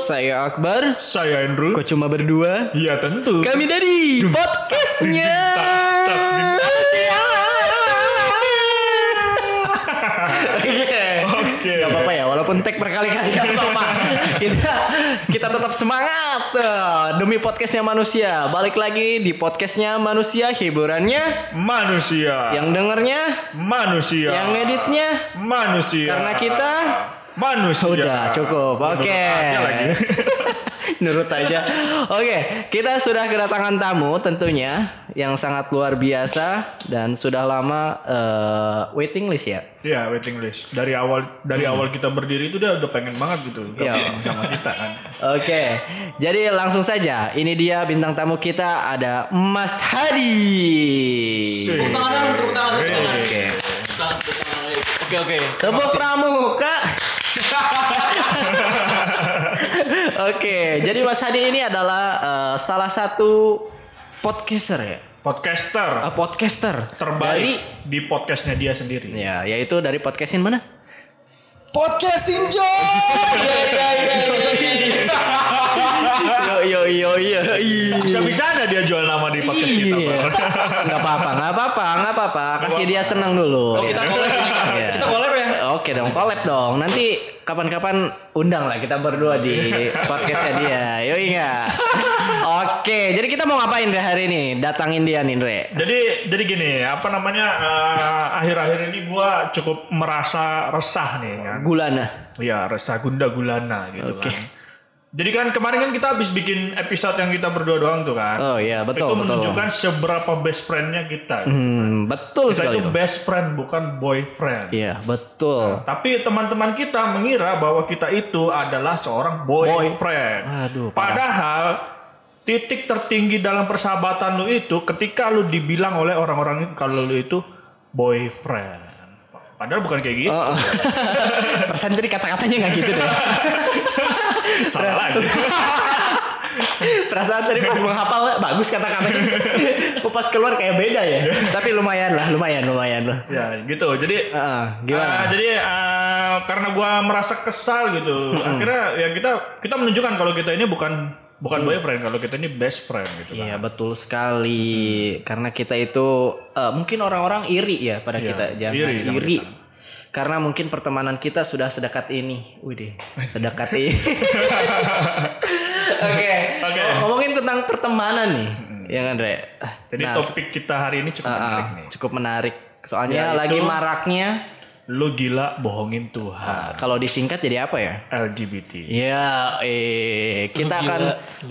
saya Akbar. Saya Andrew. Kok cuma berdua? Iya tentu. Kami dari podcastnya. Oke. Oke. Gak apa-apa ya, walaupun tag berkali-kali gak apa-apa. Kita, kita tetap semangat eh, demi podcastnya manusia. Balik lagi di podcastnya manusia, hiburannya, Manusia. yang dengernya, manusia. yang editnya. manusia. Karena kita- manusia. Udah cukup, oke. Ya, Menurut aja lagi. Nurut aja. Oke, kita sudah kedatangan tamu tentunya yang sangat luar biasa dan sudah lama eh, waiting list ya. Iya waiting list. Dari awal dari awal kita berdiri itu dia udah pengen banget gitu. Hmm. Iya. gabung Sama kita kan. Oke, jadi langsung saja. Ini dia bintang tamu kita ada Mas Hadi. Sih. Tepuk tangan dong, tepuk tangan, tepuk tangan. Oke. Tepuk tangan, tepuk tangan, ayo. Oke oke. Tepuk pramuka. Oke, jadi Mas Hadi ini adalah eh, salah satu podcaster ya. Podcaster Eh, podcaster terbaik dari di podcastnya dia sendiri. ya yaitu dari podcastin mana? Podcast Injoy. Iya iya iya iya, iya. yo yo yo yo. Bisa bisa ada dia jual nama di podcast kita. Iya. Bang. Nggak apa-apa, nggak apa-apa, nggak apa-apa. Kasih dia senang Oh, dulu. kita collab ini. Iya. Kita collab ya. Oke dong, collab dong. Nanti kapan-kapan undang lah kita berdua di podcastnya dia. Yo enggak. Oke, jadi kita mau ngapain Dre hari ini? Datangin dia nih Dre. Jadi jadi gini, apa namanya eh, akhir-akhir ini gua cukup merasa resah nih kan. Gulana. Iya, resah gunda gulana gitu Oke. kan. Jadi kan kemarin kan kita habis bikin episode yang kita berdua doang tuh kan. Oh iya, betul itu betul. menunjukkan seberapa best friendnya kita. Hmm, betul kita sekali. itu Bang. best friend bukan boyfriend. Iya, betul. Tapi teman-teman kita mengira bahwa kita itu adalah seorang boyfriend. Aduh, parah. Padahal titik tertinggi dalam persahabatan lu itu ketika lu dibilang oleh orang-orang itu kalau lu itu boyfriend. Padahal bukan kayak gitu. Oh, oh. Perasaan tadi kata-katanya nggak gitu deh. Salah lagi. Perasaan tadi pas menghafal bagus kata-katanya. Kok pas keluar kayak beda ya. Tapi lumayan lah, lumayan, lumayan lah. ya, gitu. Jadi Heeh, Ah, gimana? jadi ah, karena gua merasa kesal gitu. Akhirnya ya kita kita menunjukkan kalau kita ini bukan bukan boyfriend, kalau kita ini best friend gitu kan. Iya betul sekali karena kita itu eh, mungkin orang-orang iri ya pada Iya, kita jangan iri iri, sama karena mungkin pertemanan kita sudah sedekat ini, wih sedekat ini. Oke, Oke. ngomongin tentang pertemanan nih, ya kan Re? Jadi Nah, topik kita hari ini cukup Ah, ah, menarik nih. cukup menarik. Soalnya Yaitu- lagi maraknya Lu gila bohongin Tuhan. ah, kalau disingkat jadi apa ya? LGBT. Ya, eh kita akan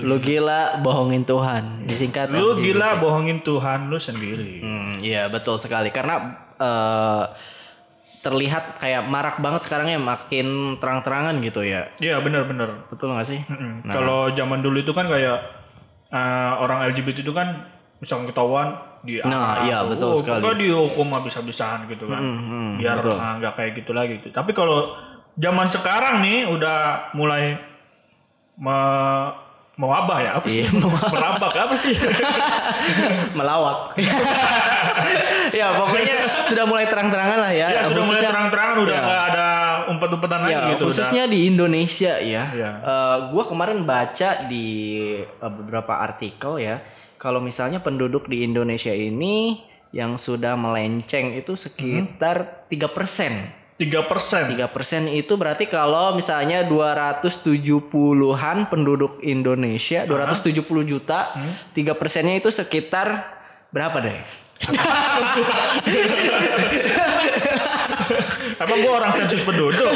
lu gila bohongin Tuhan. Disingkat Lu LG. gila bohongin Tuhan lu sendiri. Hmm, iya betul sekali karena eh, terlihat kayak marak banget sekarang ya makin terang-terangan gitu ya. Iya, bener-bener. Betul nggak sih? Mm-mm. Nah. Kalau zaman dulu itu kan kayak ah, orang LGBT itu kan misalkan ketahuan di Oh, Nah, iya, betul sekali. pokoknya dihukum habis-habisan gitu kan. Hmm, hmm, biar betul. ah, nggak kayak gitu lagi gitu. Tapi kalau zaman sekarang nih udah mulai me- mewabah ya apa sih? Iya, Merabak apa sih? Melawak. ya pokoknya sudah mulai terang-terangan lah ya. ya, sudah mulai Khususnya- terang-terangan udah ya. nggak ada umpet-umpetan lagi Ya, gitu. khususnya di Indonesia ya. Iya. Eh, gua kemarin baca di eh, beberapa artikel ya, kalau misalnya penduduk di Indonesia ini yang sudah melenceng itu sekitar 3%. Tiga persen. 3% itu berarti kalau misalnya 270-an penduduk Indonesia, 270 juta, Hmm. 3%-nya itu sekitar berapa deh? Emang gua orang sensus penduduk.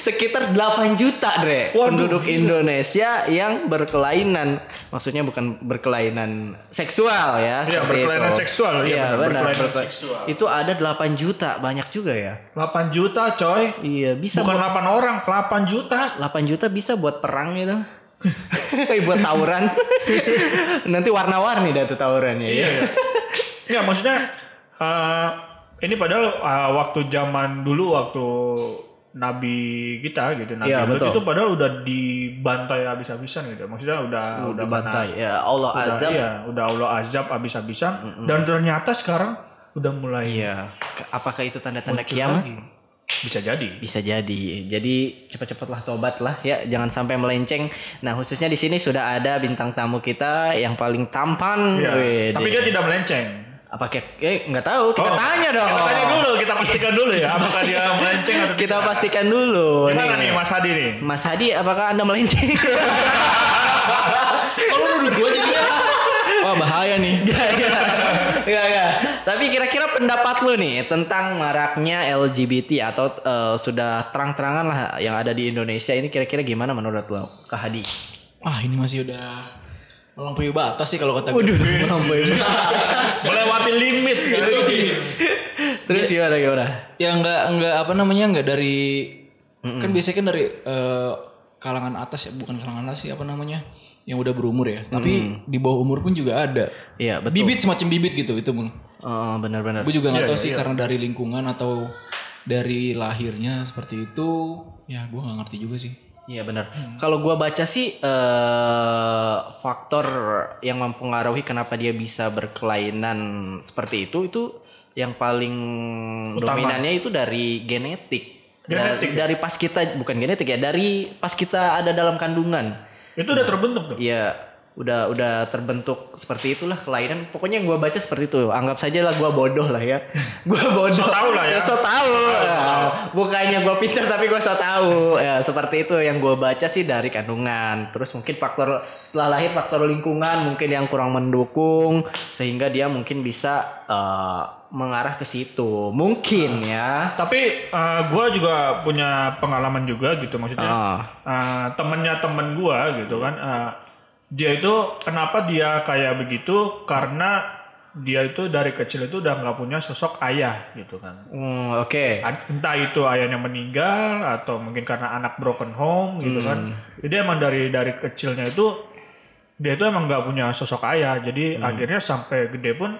sekitar 8 juta, Dre. Waduh, penduduk Indonesia yang berkelainan. Maksudnya bukan berkelainan seksual ya, Iya, seperti berkelainan itu. seksual, iya, Iya, benar, benar. berkelainan berkel- seksual. Itu ada 8 juta, banyak juga ya. 8 juta coy. Iya, bisa Bukan 8 orang, 8 juta. 8 juta bisa buat perang gitu. buat tawuran. Nanti warna-warni dah tuh tawurannya Iya, ya. Ya maksudnya eh, ini padahal eh, waktu zaman dulu waktu Nabi kita gitu Nabi Iya, Lut betul. itu padahal udah dibantai habis-habisan gitu. Maksudnya udah udah Udah bantai. bantai. Ya Allah Udah, azab. iya, udah Allah azab habis-habisan dan ternyata sekarang udah mulai Iya. Apakah itu tanda-tanda kiamat? lagi. Bisa jadi. Bisa jadi. Jadi cepat-cepatlah tobat lah ya, jangan sampai melenceng. Nah, khususnya di sini sudah ada bintang tamu kita yang paling tampan. Iya. Wede. Tapi dia tidak melenceng. apa kayak eh nggak tahu, kita Oh, tanya dong. Kita tanya dulu, kita pastikan dulu ya apakah dia melenceng atau Kita tidak. pastikan dulu Gimana nih. nih Mas Hadi nih? Mas Hadi, apakah Anda melenceng? Kalau nuduh gue jadinya Wah, bahaya nih. Enggak, enggak. Tapi kira-kira pendapat lu nih tentang maraknya LGBT atau eh, sudah terang-terangan lah yang ada di Indonesia ini kira-kira gimana menurut lo, Kak Hadi? Wah Ah, ini masih udah melampaui batas sih kalau kata gue. Melewati limit. Terus gimana gimana? Iya. Ya nggak nggak apa namanya nggak dari kan biasanya kan dari eh, kalangan atas ya bukan kalangan atas sih apa namanya yang udah berumur ya. Tapi di bawah umur pun juga ada. Iya, betul. Bibit semacam bibit gitu itu bung. Oh, benar-benar. Gue Iya, juga nggak tahu sih karena dari lingkungan atau dari lahirnya seperti itu. Ya gue nggak ngerti juga sih. Iya benar. Kalau gua baca sih eh faktor yang mempengaruhi kenapa dia bisa berkelainan seperti itu itu yang paling dominannya itu dari genetik. Da- Genetik ya? dari pas kita bukan genetik ya, dari pas kita ada dalam kandungan. Itu udah terbentuk tuh. Iya, udah udah terbentuk seperti itulah kelainan. Pokoknya yang gua baca seperti itu. Anggap saja lah gua bodoh lah ya. Gua bodoh. So tau lah ya. so tau. Ya, Bukannya gua pintar tapi gua so tau. Ya, seperti itu yang gua baca sih dari kandungan. Terus mungkin faktor setelah lahir faktor lingkungan mungkin yang kurang mendukung sehingga dia mungkin bisa eh, mengarah ke situ. Mungkin ya. Tapi gue juga punya pengalaman juga gitu maksudnya. Ah, Eh, temennya temen gue gitu kan. eh, dia itu kenapa dia kayak begitu? Karena dia itu dari kecil itu udah nggak punya sosok ayah gitu kan. hmm, oke. Ad- entah itu ayahnya meninggal atau mungkin karena anak broken home gitu kan jadi emang dari dari kecilnya itu dia itu emang nggak punya sosok ayah jadi akhirnya sampai gede pun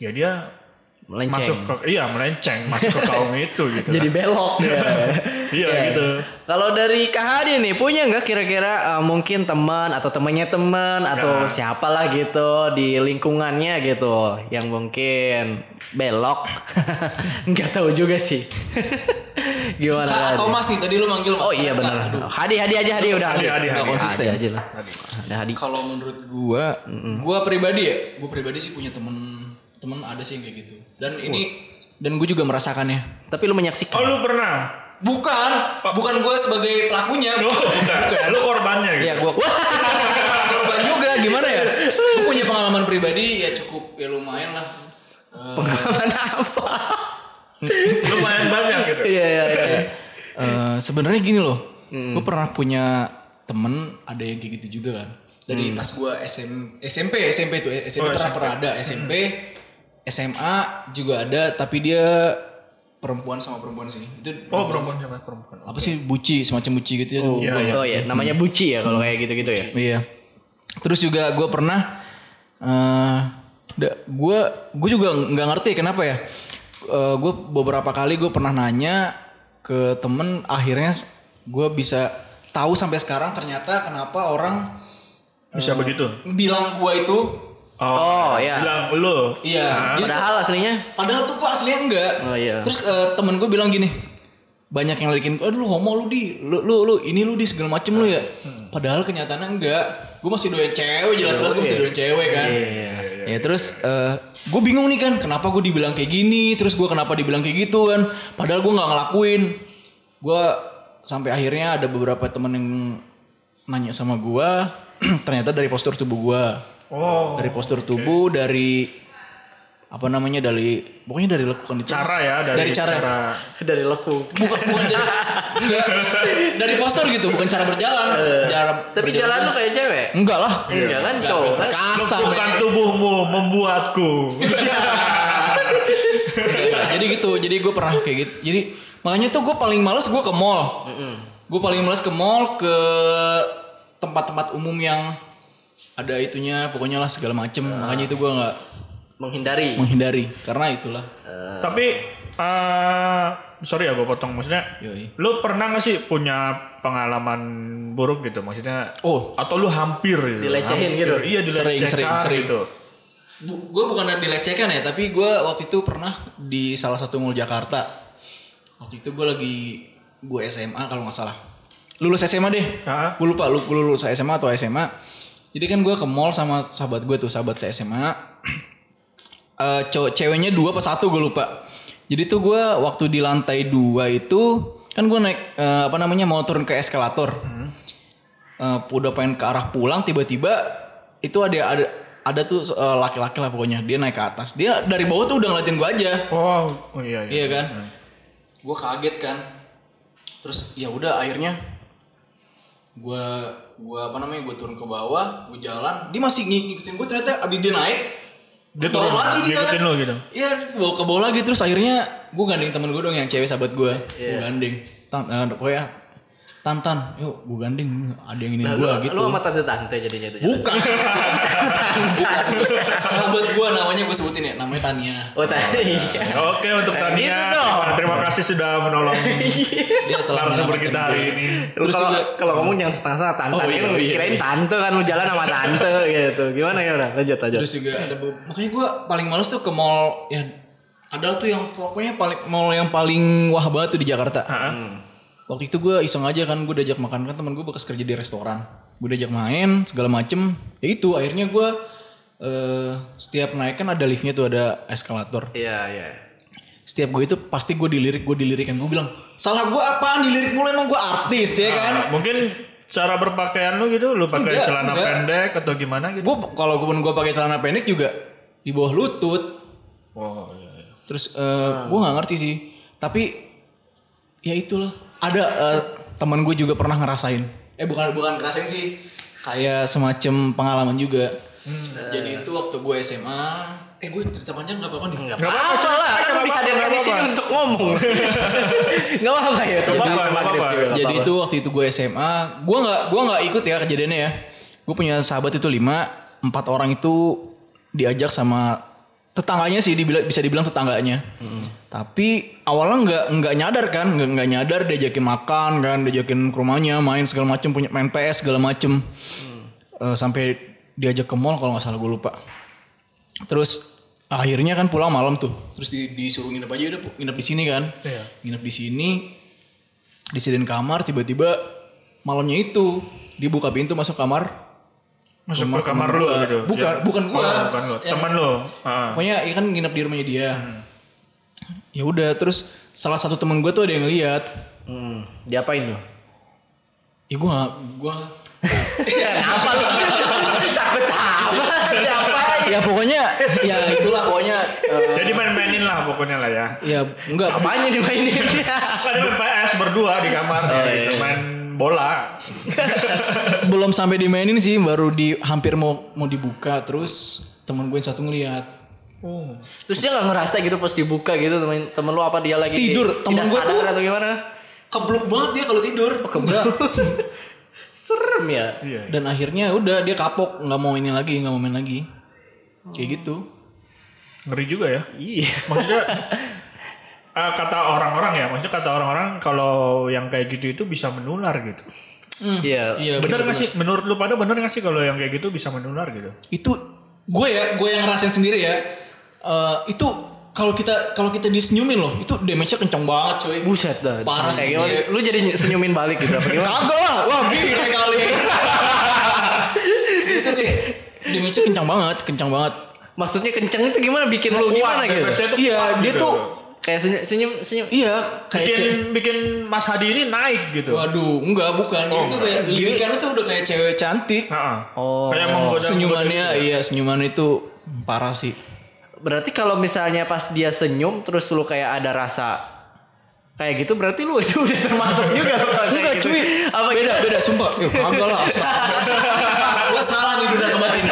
ya dia masuk Melenceng. ke iya melenceng masuk ke kaum itu gitu Jadi kan. belok ya. iya Iya. gitu Kalau dari Kak Hadi nih punya nggak kira-kira eh, mungkin teman atau temannya teman atau siapalah gitu di lingkungannya gitu yang mungkin belok nggak tahu juga sih gimana Kak Kak Hadi? Thomas nih tadi lu manggil Mas Oh iya Kak. benar. Aduh. Hadi Hadi aja Hadi udah Hadi Hadi, Nggak Hadi. konsisten. aja lah. Ada Hadi. Kalau menurut gua, gua pribadi ya, gua pribadi sih punya temen temen ada sih yang kayak gitu. Dan ini dan gua juga merasakannya. Tapi lu menyaksikan. oh lu pernah Bukan, bukan gue sebagai pelakunya. lu Oh, bukan lu korbannya gitu Iya, Ya gua korban juga gimana ya? Gua punya pengalaman pribadi ya cukup ya lumayan lah. Eh, Kenapa? lu main banyak gitu Iya iya iya. eh, sebenarnya gini loh. Gua pernah punya temen ada yang kayak gitu juga kan. Dari pas gua SM, SMP, SMP tuh, eh, SMP pernah pernah ada SMP, SMA juga ada tapi dia perempuan sama perempuan sih. Itu oh perempuan sama perempuan apa sih buci semacam buci gitu ya tuh. Oh iya, namanya buci ya kalau kayak gitu-gitu ya. iya terus juga gue pernah eh gue gue juga nggak ngerti kenapa ya gue beberapa kali gue pernah nanya ke temen akhirnya gue bisa tahu sampai sekarang ternyata kenapa orang bisa begitu Bilang gue itu, Eh. Oh iya. gitu? bilang lu iya jadi- Padahal aslinya padahal tuh gue aslinya enggak Ah. Oh, iya. terus eh, temen gue bilang gini banyak yang larikin aduh lu homo lu di lu lu lu ini lu di segala macem lu ya Hmm. padahal kenyataannya enggak gue masih doyan cewek jelas-jelas gue masih iya. doyan cewek kan Ya terus gue bingung nih kan kenapa gue dibilang kayak gini, terus gue kenapa dibilang kayak gitu kan, padahal gue nggak ngelakuin. Gue sampai akhirnya ada beberapa temen yang nanya sama gue, ternyata dari postur tubuh gue, oh dari postur tubuh, dari apa namanya dari pokoknya dari lekukan itu. cara ya dari, Dari cara. dari lekuk. bukan bukan dari, enggak. dari postur gitu, bukan cara berjalan. Cara Tapi jalan lu kayak cewek. Enggak lah. Enggak kan cowok kan? Kasar. Lekukan tubuhmu membuatku. jadi gitu jadi gue pernah kayak gitu jadi makanya tuh gue paling males gue ke mall gue paling males ke mall ke tempat-tempat umum yang ada itunya pokoknya lah segala macem makanya itu gue nggak Menghindari. menghindari karena itulah Tapi eh sorry ya gue potong maksudnya. yoi Lu pernah gak sih punya pengalaman buruk gitu maksudnya? oh Atau lu hampir gitu? Dilecehin Hampir. gitu? Iya dilecehin Sering, sering, sering. gitu. bu- gue bukan dilecehkan ya tapi gue waktu itu pernah di salah satu mall Jakarta waktu itu gue lagi gue SMA kalau nggak salah lulus SMA deh Ah. gue lupa lu gua lulus SMA atau SMA jadi kan gue ke mall sama sahabat gue tuh sahabat saya SMA Eh cowok ceweknya dua apa satu gue lupa jadi tuh gue waktu di lantai dua itu kan gue naik eh, apa namanya mau turun ke eskalator Eh, udah pengen ke arah pulang tiba-tiba itu ada ada ada tuh eh, laki-laki lah pokoknya dia naik ke atas dia dari bawah tuh udah ngeliatin gue aja Oh, oh iya iya. Iya kan? Gue kaget kan. Terus ya udah akhirnya gue gua apa namanya gue turun ke bawah, gue jalan, dia masih ngik- ngikutin gue ternyata abis dia naik Dia ke bawah turun, lagi dia ngikutin kan. lo gitu. Iya, ke bawah ke bawah lagi terus akhirnya gue gandeng temen gue dong yang cewek sahabat gue, gue gandeng. Tan, eh, pokoknya Tantan, yuk gue gandeng, ada yang ini Nah, gue lu, gitu. lu sama tante-tante jadinya tuh. Bukan. Bukan. Sahabat gue namanya gue sebutin ya, namanya Tania. Oh tadi. iya. Oke untuk Eh, Tania, gitu dong. terima kasih sudah menolong Dia telah narasumber menyelamatkan kita gue. hari ini. Lu Terus kalau juga- kalau ngomong jangan setengah-setengah tante, Oh, Kan iya, lu iya, kirain iya. tante kan lu jalan sama tante gitu. Gimana ya udah lanjut aja. Terus juga ada be- makanya gue paling males tuh ke mall ya ada tuh yang pokoknya paling mall yang paling wah banget tuh di Jakarta. Heeh. Waktu itu gue iseng aja kan gue diajak makan kan teman gue bekas kerja di restoran. Gue diajak main segala macem. Ya itu akhirnya gue eh, setiap naik kan ada liftnya tuh ada eskalator. Iya iya. Setiap gue itu pasti gue dilirik gue dilirikan gue bilang salah gue apaan dilirik mulu emang gue artis ya kan. Nah, Mungkin cara berpakaian lu gitu, lu pakai Enggak, celana enggak. pendek atau gimana gitu? Gue kalau gue gue pakai celana pendek juga di bawah lutut. Oh iya. iya. Terus gue nggak ngerti sih, tapi ya itulah. Ada eh, teman gue juga pernah ngerasain. Eh bukan bukan ngerasain sih, kayak semacam pengalaman juga. Jadi itu waktu gue SMA, eh gue cerita panjang nggak apa-apa nih? Gak apa-apa lah, kan lu dihadirkan di sini untuk ngomong. Gak apa-apa ya. Nggak apa-apa, nggak apa-apa. Iya, Jadi itu waktu itu gue SMA, gue nggak gue nggak ikut ya kejadiannya ya. Gue punya sahabat itu lima, empat orang itu diajak sama tetangganya sih, dibila- bisa dibilang tetangganya. Tapi awalnya nggak nggak nyadar kan, nggak nggak nyadar diajakin makan kan, diajakin ke rumahnya, main segala macem, punya main PS segala macem. Eh, sampai diajak ke mall kalau nggak salah gue lupa. Terus akhirnya kan pulang malam tuh. Terus di- disuruh nginep aja udah pu- nginep di sini kan. Iya. Nginep di sini disediain kamar tiba-tiba malamnya itu dibuka pintu masuk kamar. Masuk ke Rumah kamar temen lu gua. gitu. Bukan, bukan gua. Iya. Oh, bukan Hmm. lu. Yang- Teman lu. Heeh. Pokoknya ya kan nginep di rumahnya dia. Ya udah terus salah satu temen gue tuh ada yang lihat. Hmm, diapain lu? Ya gue gak, gue Iya. Kenapa lu? Takut apa? Diapain? ya pokoknya ya itulah pokoknya eh, Jadi main-mainin lah pokoknya lah ya. ya enggak Apanya dimainin? Ada main PS berdua di kamar Oh, iya, gitu, iya. main bola. belum sampai dimainin sih baru di hampir mau mau dibuka terus temen gue yang satu ngeliat Oh. Terus dia gak ngerasa gitu pas dibuka gitu temen, temen lu apa dia lagi tidak Tidur, temen gua sadar tuh- atau gimana? keblok banget dia kalau tidur Serem ya. Iya. dan akhirnya udah dia kapok nggak mau ini lagi nggak mau main lagi kayak gitu Ngeri juga ya. Iya. maksudnya eh, kata orang-orang ya maksudnya kata orang-orang kalau yang kayak gitu itu bisa menular gitu Iya. iya bener bener nggak sih menurut lu pada bener nggak sih kalau yang kayak gitu bisa menular gitu itu gue ya gue yang ngerasain sendiri ya Eh, itu kalau kita kalau kita disenyumin loh itu damage-nya kencang banget cuy Buset dah. Parah Kayak sih, gimana? Jack. Lu jadi ny- senyumin balik gitu apa gimana? Kagak lah, wah gila kali. itu kayak damage-nya kencang banget, kencang banget. Maksudnya kenceng itu gimana bikin lu gimana gitu? Damage-nya tuh Iya, kuat dia gitu. tuh Kayak senyum senyum senyum. iya kayak bikin cewek. bikin Mas Hadi ini naik gitu Waduh, enggak bukan. Oh, itu kayak lirikannya tuh udah kayak cewek cantik. Heeh. Oh. kayak menggoda Senyumannya iya, senyuman itu parah sih. Berarti kalau misalnya pas dia senyum terus lu kayak ada rasa kayak gitu berarti lu itu udah termasuk juga kalau kayak Enggak gitu. cuy, Apa beda gitu? beda sumpah. Ya kagak lah. Gue salah nih dunia kemarin.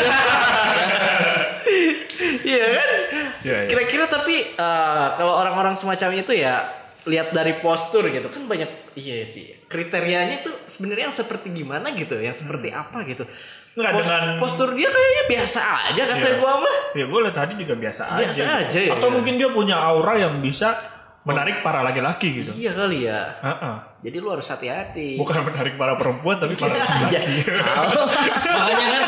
Iya kan? Iya, iya. Kira-kira tapi eh, kalau orang-orang semacam itu ya lihat dari postur gitu kan banyak iya sih kriterianya tuh sebenarnya yang seperti gimana gitu yang seperti apa gitu Hmm. Nggak, dengan- postur dia kayaknya biasa aja kata Iya. gua mah ya gue lihat Hadi juga biasa, Biasa aja ya. atau mungkin dia punya aura yang bisa Oh. menarik para laki-laki gitu. Iya kali ya. Heeh. Jadi lu harus hati-hati. Iya. Bukan menarik para perempuan tapi para Iya. laki-laki. makanya kan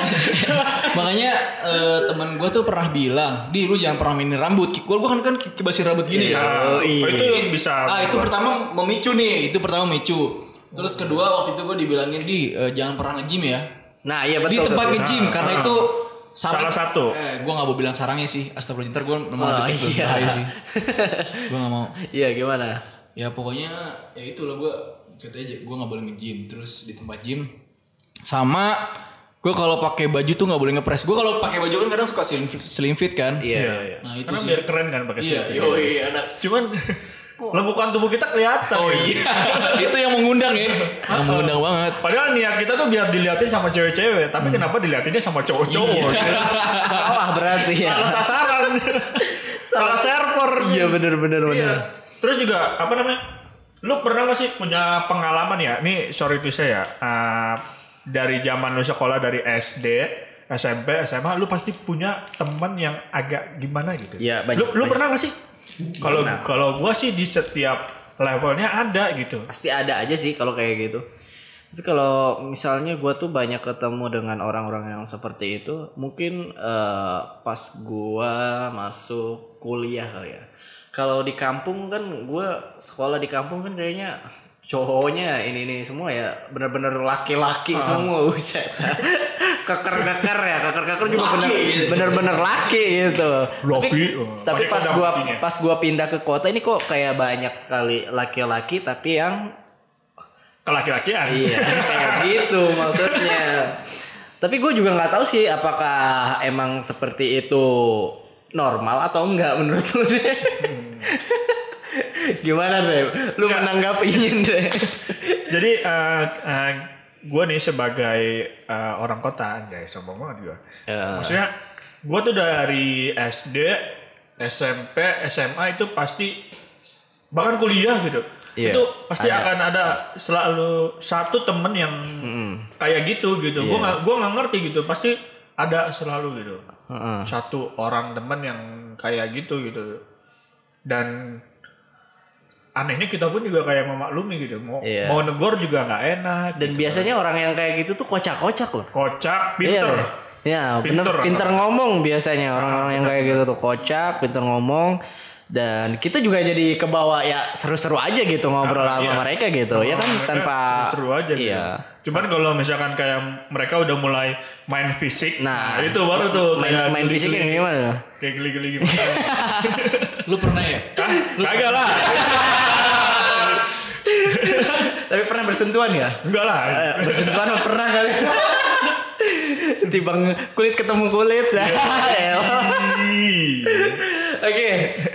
makanya eh, teman gue tuh pernah bilang di lu jangan pernah mainin rambut gue gue kan kan kibasin rambut gini Iya. ya Oh, itu bisa. ah itu pertama memicu nih itu pertama memicu terus kedua waktu itu gue dibilangin di eh, jangan pernah nge-gym ya Nah iya di betul. tempat betul. nge-gym karena Ah. itu Salah satu. Ah, eh, gue gak mau bilang sarangnya sih astagfirullah ntar gue nemu Oh, detik tuh, iya. bahaya gitu. sih gue gak mau Iya gimana? ya pokoknya ya itulah gue katanya gue nggak boleh nge-gym terus di tempat gym sama gue kalau pakai baju tuh nggak boleh ngepres gue kalau pakai baju kan kadang suka slim, slim fit kan Iya. Iya, iya. Nah, itu Karena sih. biar keren kan pakai iya suit. yo iya anak Cuman lekukan tubuh kita kelihatan. oh iya itu yang mengundang ya yang mengundang banget Padahal niat kita tuh biar diliatin sama cewek-cewek, tapi Hmm. kenapa diliatinnya sama cowok-cowok? Iya. Salah berarti ya. Salah sasaran. Salah server. Iya bener-bener Iya. bener. Terus juga apa namanya? Lu pernah gak sih punya pengalaman ya? Nih sorry to say ya. eh, dari zaman lu sekolah dari SD, SMP, SMA, lu pasti punya teman yang agak gimana gitu. Iya, banyak, Lu, lu banyak. pernah gak sih? Kalau Pernah. kalau gua sih di setiap levelnya ada gitu. Pasti ada aja sih kalau kayak gitu. Tapi kalau misalnya gua tuh banyak ketemu dengan orang-orang yang seperti itu, mungkin eh, pas gua masuk kuliah kali ya. Kalau di kampung kan gua sekolah di kampung kan kayaknya cowoknya ini ini semua ya bener-bener laki-laki semua buset. keker-keker ya keker-keker juga bener bener-bener laki gitu Laki, tapi, oh. tapi Pakai pas kodam gua pastinya. pas gua pindah ke kota ini kok kayak banyak sekali laki-laki tapi yang Kelaki-lakian. Iya, kayak gitu maksudnya. Tapi gue juga nggak tahu sih apakah emang seperti itu normal atau enggak menurut lu deh. Gimana deh? Lu menanggapinya deh. Jadi gue nih sebagai eh, orang kota, anjay sombong banget gue. Eh. Maksudnya gue tuh dari SD, SMP, SMA itu pasti bahkan kuliah gitu. Iya, itu pasti ada. Hmm. akan ada selalu satu temen yang kayak gitu gitu. Gue Iya. nggak gua nggak ngerti gitu. Pasti ada selalu gitu. Heeh. Satu orang temen yang kayak gitu gitu. Dan anehnya kita pun juga kayak memaklumi gitu. Mau Iya. mau negor juga nggak enak. Dan biasanya orang yang kayak gitu tuh kocak-kocak loh. Kocak, Iya, pinter. loh. Ya, bener, Pinter. pinter ngomong biasanya orang-orang yang kayak gitu tuh kocak, pinter ngomong dan kita juga jadi kebawa ya seru-seru aja gitu ngobrol Ah, sama iya. mereka gitu. ya kan mereka tanpa seru aja gitu. Iya. Cuman kalau misalkan kayak mereka udah mulai main fisik, nah, Nah, itu baru tuh kayak gitu Main, main fisik geli-geli. yang gimana? Kayak geli-geli gimana? lu pernah ya Hah? Kagak lah. Tapi pernah bersentuhan ya? Enggak lah. bersentuhan mah pernah kali. Tibang kulit ketemu kulit. Ya, elah. Ih. Oke,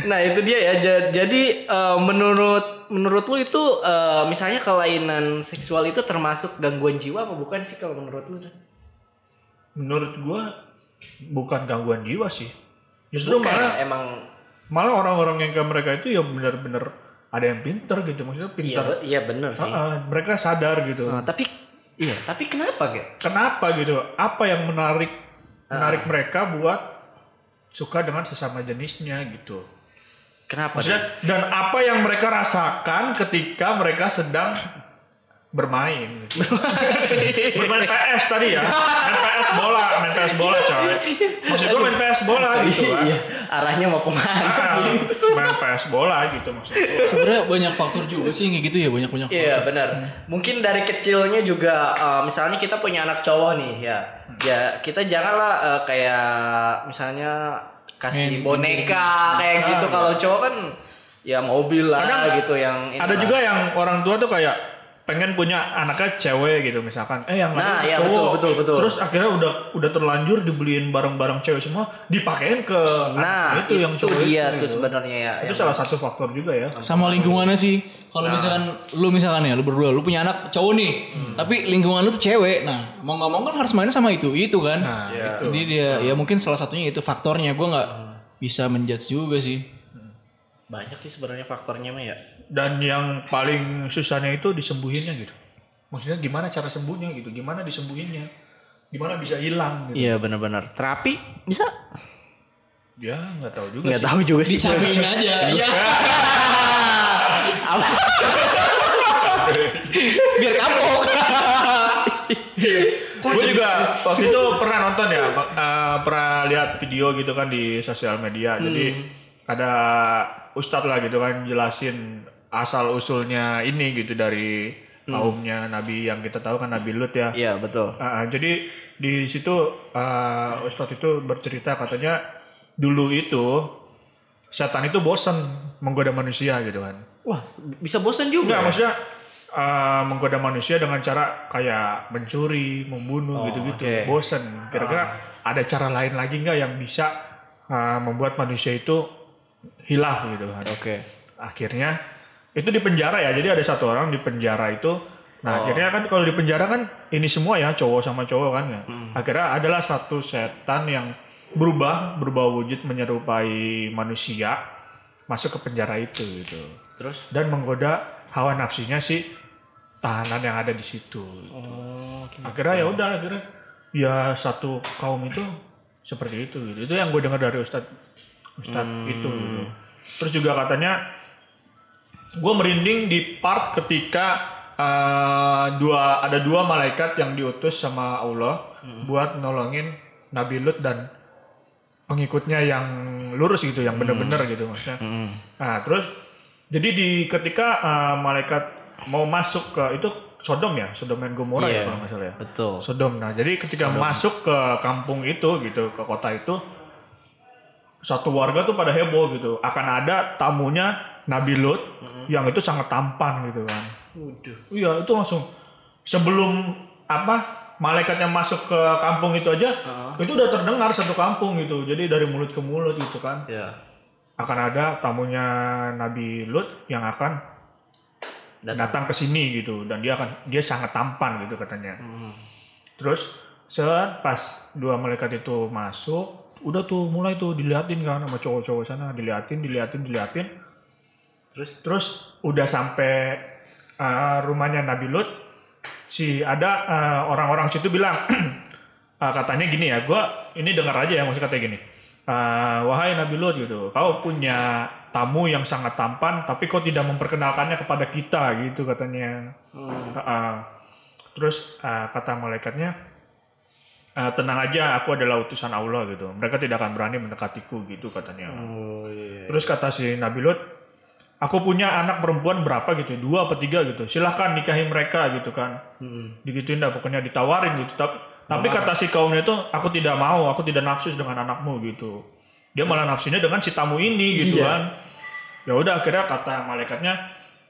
nah itu dia ya. Ja- Jadi eh, menurut menurut lu itu eh, misalnya kelainan seksual itu termasuk gangguan jiwa apa bukan sih kalau menurut lu? Menurut gua bukan gangguan jiwa sih. Justru Bukan malah ya, emang malah orang-orang yang ke mereka itu ya benar-benar ada yang pinter gitu maksudnya iya pinter. be- iya bener sih. Ah, ah, mereka sadar gitu. Eh, tapi iya, tapi kenapa gitu? kenapa gitu apa yang menarik menarik Ah. mereka buat suka dengan sesama jenisnya gitu Kenapa? Ge? Maksudnya, dan apa yang mereka rasakan ketika mereka sedang bermain gitu. bermain PS tadi ya main PS bola main PS bola coy maksud gue main PS bola gitu kan Iya, arahnya mau kemana Ah, sih? main PS bola gitu maksud gue sebenarnya banyak faktor juga sih kayak gitu ya banyak banyak faktor Iya benar. Mungkin dari kecilnya juga, eh, misalnya kita punya anak cowok nih, ya, ya kita janganlah eh, kayak misalnya kasih Main- boneka kayak Ah, gitu. iya. Kalau cowok kan ya mobil lah Kadang gitu yang ini ada lah. juga yang orang tua tuh kayak pengen punya anaknya cewek gitu misalkan eh yang Nah, lain iya, cowok betul, betul, betul. terus akhirnya udah udah terlanjur dibeliin barang-barang cewek semua dipakein ke Nah anak itu, yang cowok dia itu, tuh gitu. sebenarnya ya. itu yang- salah satu faktor juga ya sama lingkungannya sih kalau misalkan lu misalkan ya lu berdua lu punya anak cowok nih tapi lingkungan lu tuh cewek nah mau nggak mau kan harus main sama itu itu kan nah Iya. itu Jadi dia ya mungkin salah satunya itu faktornya gue nggak bisa menjudge juga sih. Banyak sih sebenarnya faktornya mah ya. dan yang paling susahnya itu disembuhinnya gitu maksudnya gimana cara sembuhnya gitu gimana disembuhinnya gimana bisa hilang gitu Iya benar-benar. Terapi bisa? ya nggak tahu juga Nggak tahu juga sih. iya. Dicabain aja. Iya. Apa? Biar kapok. gue Iya. juga waktu itu pernah nonton ya eh, pernah lihat video gitu kan di sosial media jadi ada ustadz lah gitu kan jelasin asal usulnya ini gitu dari kaumnya nabi yang kita tahu kan nabi lut ya Iya betul. Ah, ah, jadi di situ eh, ustadz itu bercerita katanya dulu itu setan itu bosan menggoda manusia gitu kan Wah bisa bosan Enggak, juga. maksudnya uh, menggoda manusia dengan cara kayak mencuri, membunuh gitu-gitu. oke. Bosen. Kira-kira ada cara lain lagi nggak yang bisa uh, membuat manusia itu hilaf gitu kan. Oke. Akhirnya itu di penjara ya. Jadi ada satu orang di penjara itu. Nah akhirnya kan kalau di penjara kan ini semua ya cowok sama cowok kan ya. Akhirnya adalah satu setan yang berubah, berubah wujud menyerupai manusia masuk ke penjara itu gitu Terus? dan menggoda hawa nafsunya si tahanan yang ada di situ. Oh, Akhirnya ya udah akhirnya ya satu kaum itu seperti itu gitu. Itu yang gue dengar dari ustadz ustadz itu. gitu. Terus juga katanya gue merinding di part ketika eh, dua ada dua malaikat yang diutus sama Allah buat nolongin Nabi Lut dan pengikutnya yang lurus gitu, yang bener-bener gitu maksudnya. Nah, terus jadi di ketika uh, malaikat mau masuk ke itu Sodom ya, Sodom dan Gomora ya Iya. kalau nggak salah ya. Betul. Sodom. Nah, jadi ketika masuk ke kampung itu gitu, ke kota itu satu warga tuh pada heboh gitu. Akan ada tamunya Nabi Lut yang itu sangat tampan gitu kan. Iya, itu langsung sebelum apa? Malaikat yang masuk ke kampung itu aja, itu udah terdengar satu kampung gitu. Jadi dari mulut ke mulut gitu kan Ya. akan ada tamunya Nabi Lut yang akan datang, Datang. ke sini gitu dan dia akan dia sangat tampan gitu katanya. Terus saat pas dua malaikat itu masuk, udah tuh mulai tuh diliatin kan sama cowok-cowok sana, diliatin, diliatin, diliatin. Terus? Terus udah sampai uh, rumahnya Nabi Lut, si ada uh, orang-orang situ bilang uh, katanya gini ya, gua ini dengar aja ya maksudnya katanya gini. "Uh, wahai Nabi Lut gitu, kau punya tamu yang sangat tampan, tapi kau tidak memperkenalkannya kepada kita gitu katanya. Uh, uh. terus uh, kata malaikatnya, "Uh, tenang aja, aku adalah utusan Allah gitu. Mereka tidak akan berani mendekatiku gitu katanya. Oh iya. Terus kata si Nabi Lut, aku punya anak perempuan berapa gitu, dua apa tiga gitu. Silahkan nikahi mereka gitu kan. Digituin dah, pokoknya ditawarin gitu. Tapi, tapi kata si kaumnya itu, aku tidak mau, aku tidak nafsu dengan anakmu gitu. Dia malah nafsunya dengan si tamu ini gitu kan. Ya udah akhirnya kata malaikatnya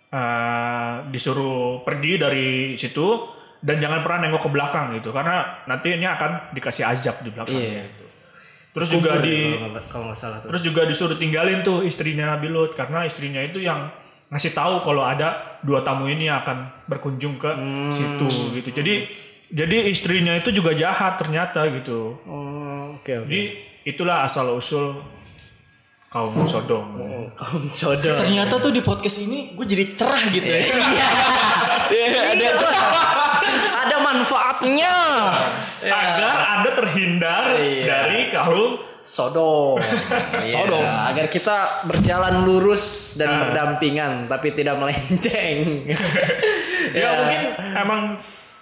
eh, disuruh pergi dari situ dan jangan pernah nengok ke belakang gitu karena nantinya akan dikasih azab di belakang. Iya. gitu. Terus juga di Kalau nggak- kalau nggak salah tuh. Terus juga disuruh tinggalin tuh istrinya Nabi Lut karena istrinya itu yang ngasih tahu kalau ada dua tamu ini yang akan berkunjung ke Hmm. situ gitu. Jadi jadi istrinya itu juga jahat ternyata gitu. Oh, oke oke. Jadi itulah asal usul kaum Hmm. Sodom. Kaum Sodom. Ternyata tuh di podcast ini gue jadi cerah gitu ya. Iya, ada Ada manfaatnya. Agar Anda terhindar Ya. Iya. dari kaum Sodom. Sodom. Iya. Agar kita berjalan lurus dan berdampingan tapi tidak melenceng. ya, mungkin emang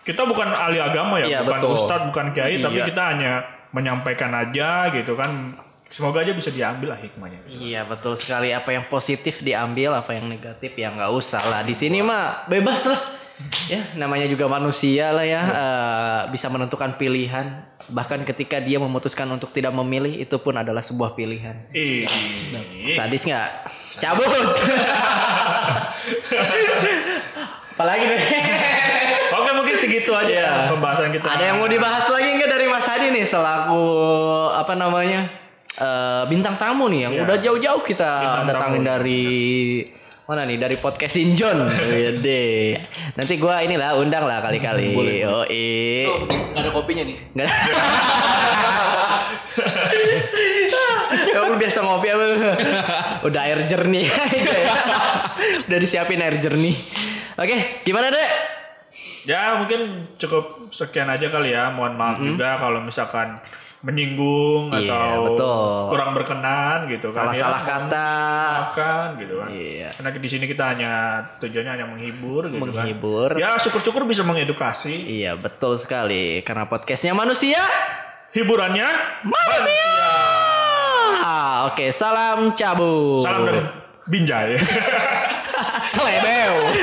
kita bukan ahli agama ya, Iya, bukan betul. ustadz, bukan kiai, tapi Iya. kita hanya menyampaikan aja gitu kan. Semoga aja bisa diambil lah hikmahnya. Iya betul sekali apa yang positif diambil apa yang negatif ya nggak usah lah di sini mah bebas lah ya namanya juga manusia lah ya eh, bisa menentukan pilihan bahkan ketika dia memutuskan untuk tidak memilih itu pun adalah sebuah pilihan Ih, Iya. sadis nggak cabut apalagi nih Oke mungkin segitu aja Iya. pembahasan kita. ada yang mau dibahas lagi nggak dari Mas Hadi nih selaku apa namanya eh, bintang tamu nih yang Iya. udah jauh-jauh kita Bintang datangin tamu. dari mana nih dari podcast Sinjon. Wede. Nanti gua inilah undang lah kali-kali. Yoi. Tuh, nggak ada kopinya nih. Nggak- Kamu Ya, biasa ngopi apa? lu? Udah air jernih aja ya. Udah disiapin air jernih. Oke, gimana dek? Ya mungkin cukup sekian aja kali ya. Mohon maaf juga kalau misalkan menyinggung Mhm. Iya, atau betul. kurang berkenan gitu kan. Ya, Salah-salah kata. maafkan gitu kan. Iya. Karena di sini kita hanya tujuannya hanya menghibur gitu Menghibur. kan. Ya syukur-syukur bisa mengedukasi. Iya betul sekali. Karena podcastnya manusia. Hiburannya manusia. Ah, Oke, salam cabut. Salam dan binjai. Selebew.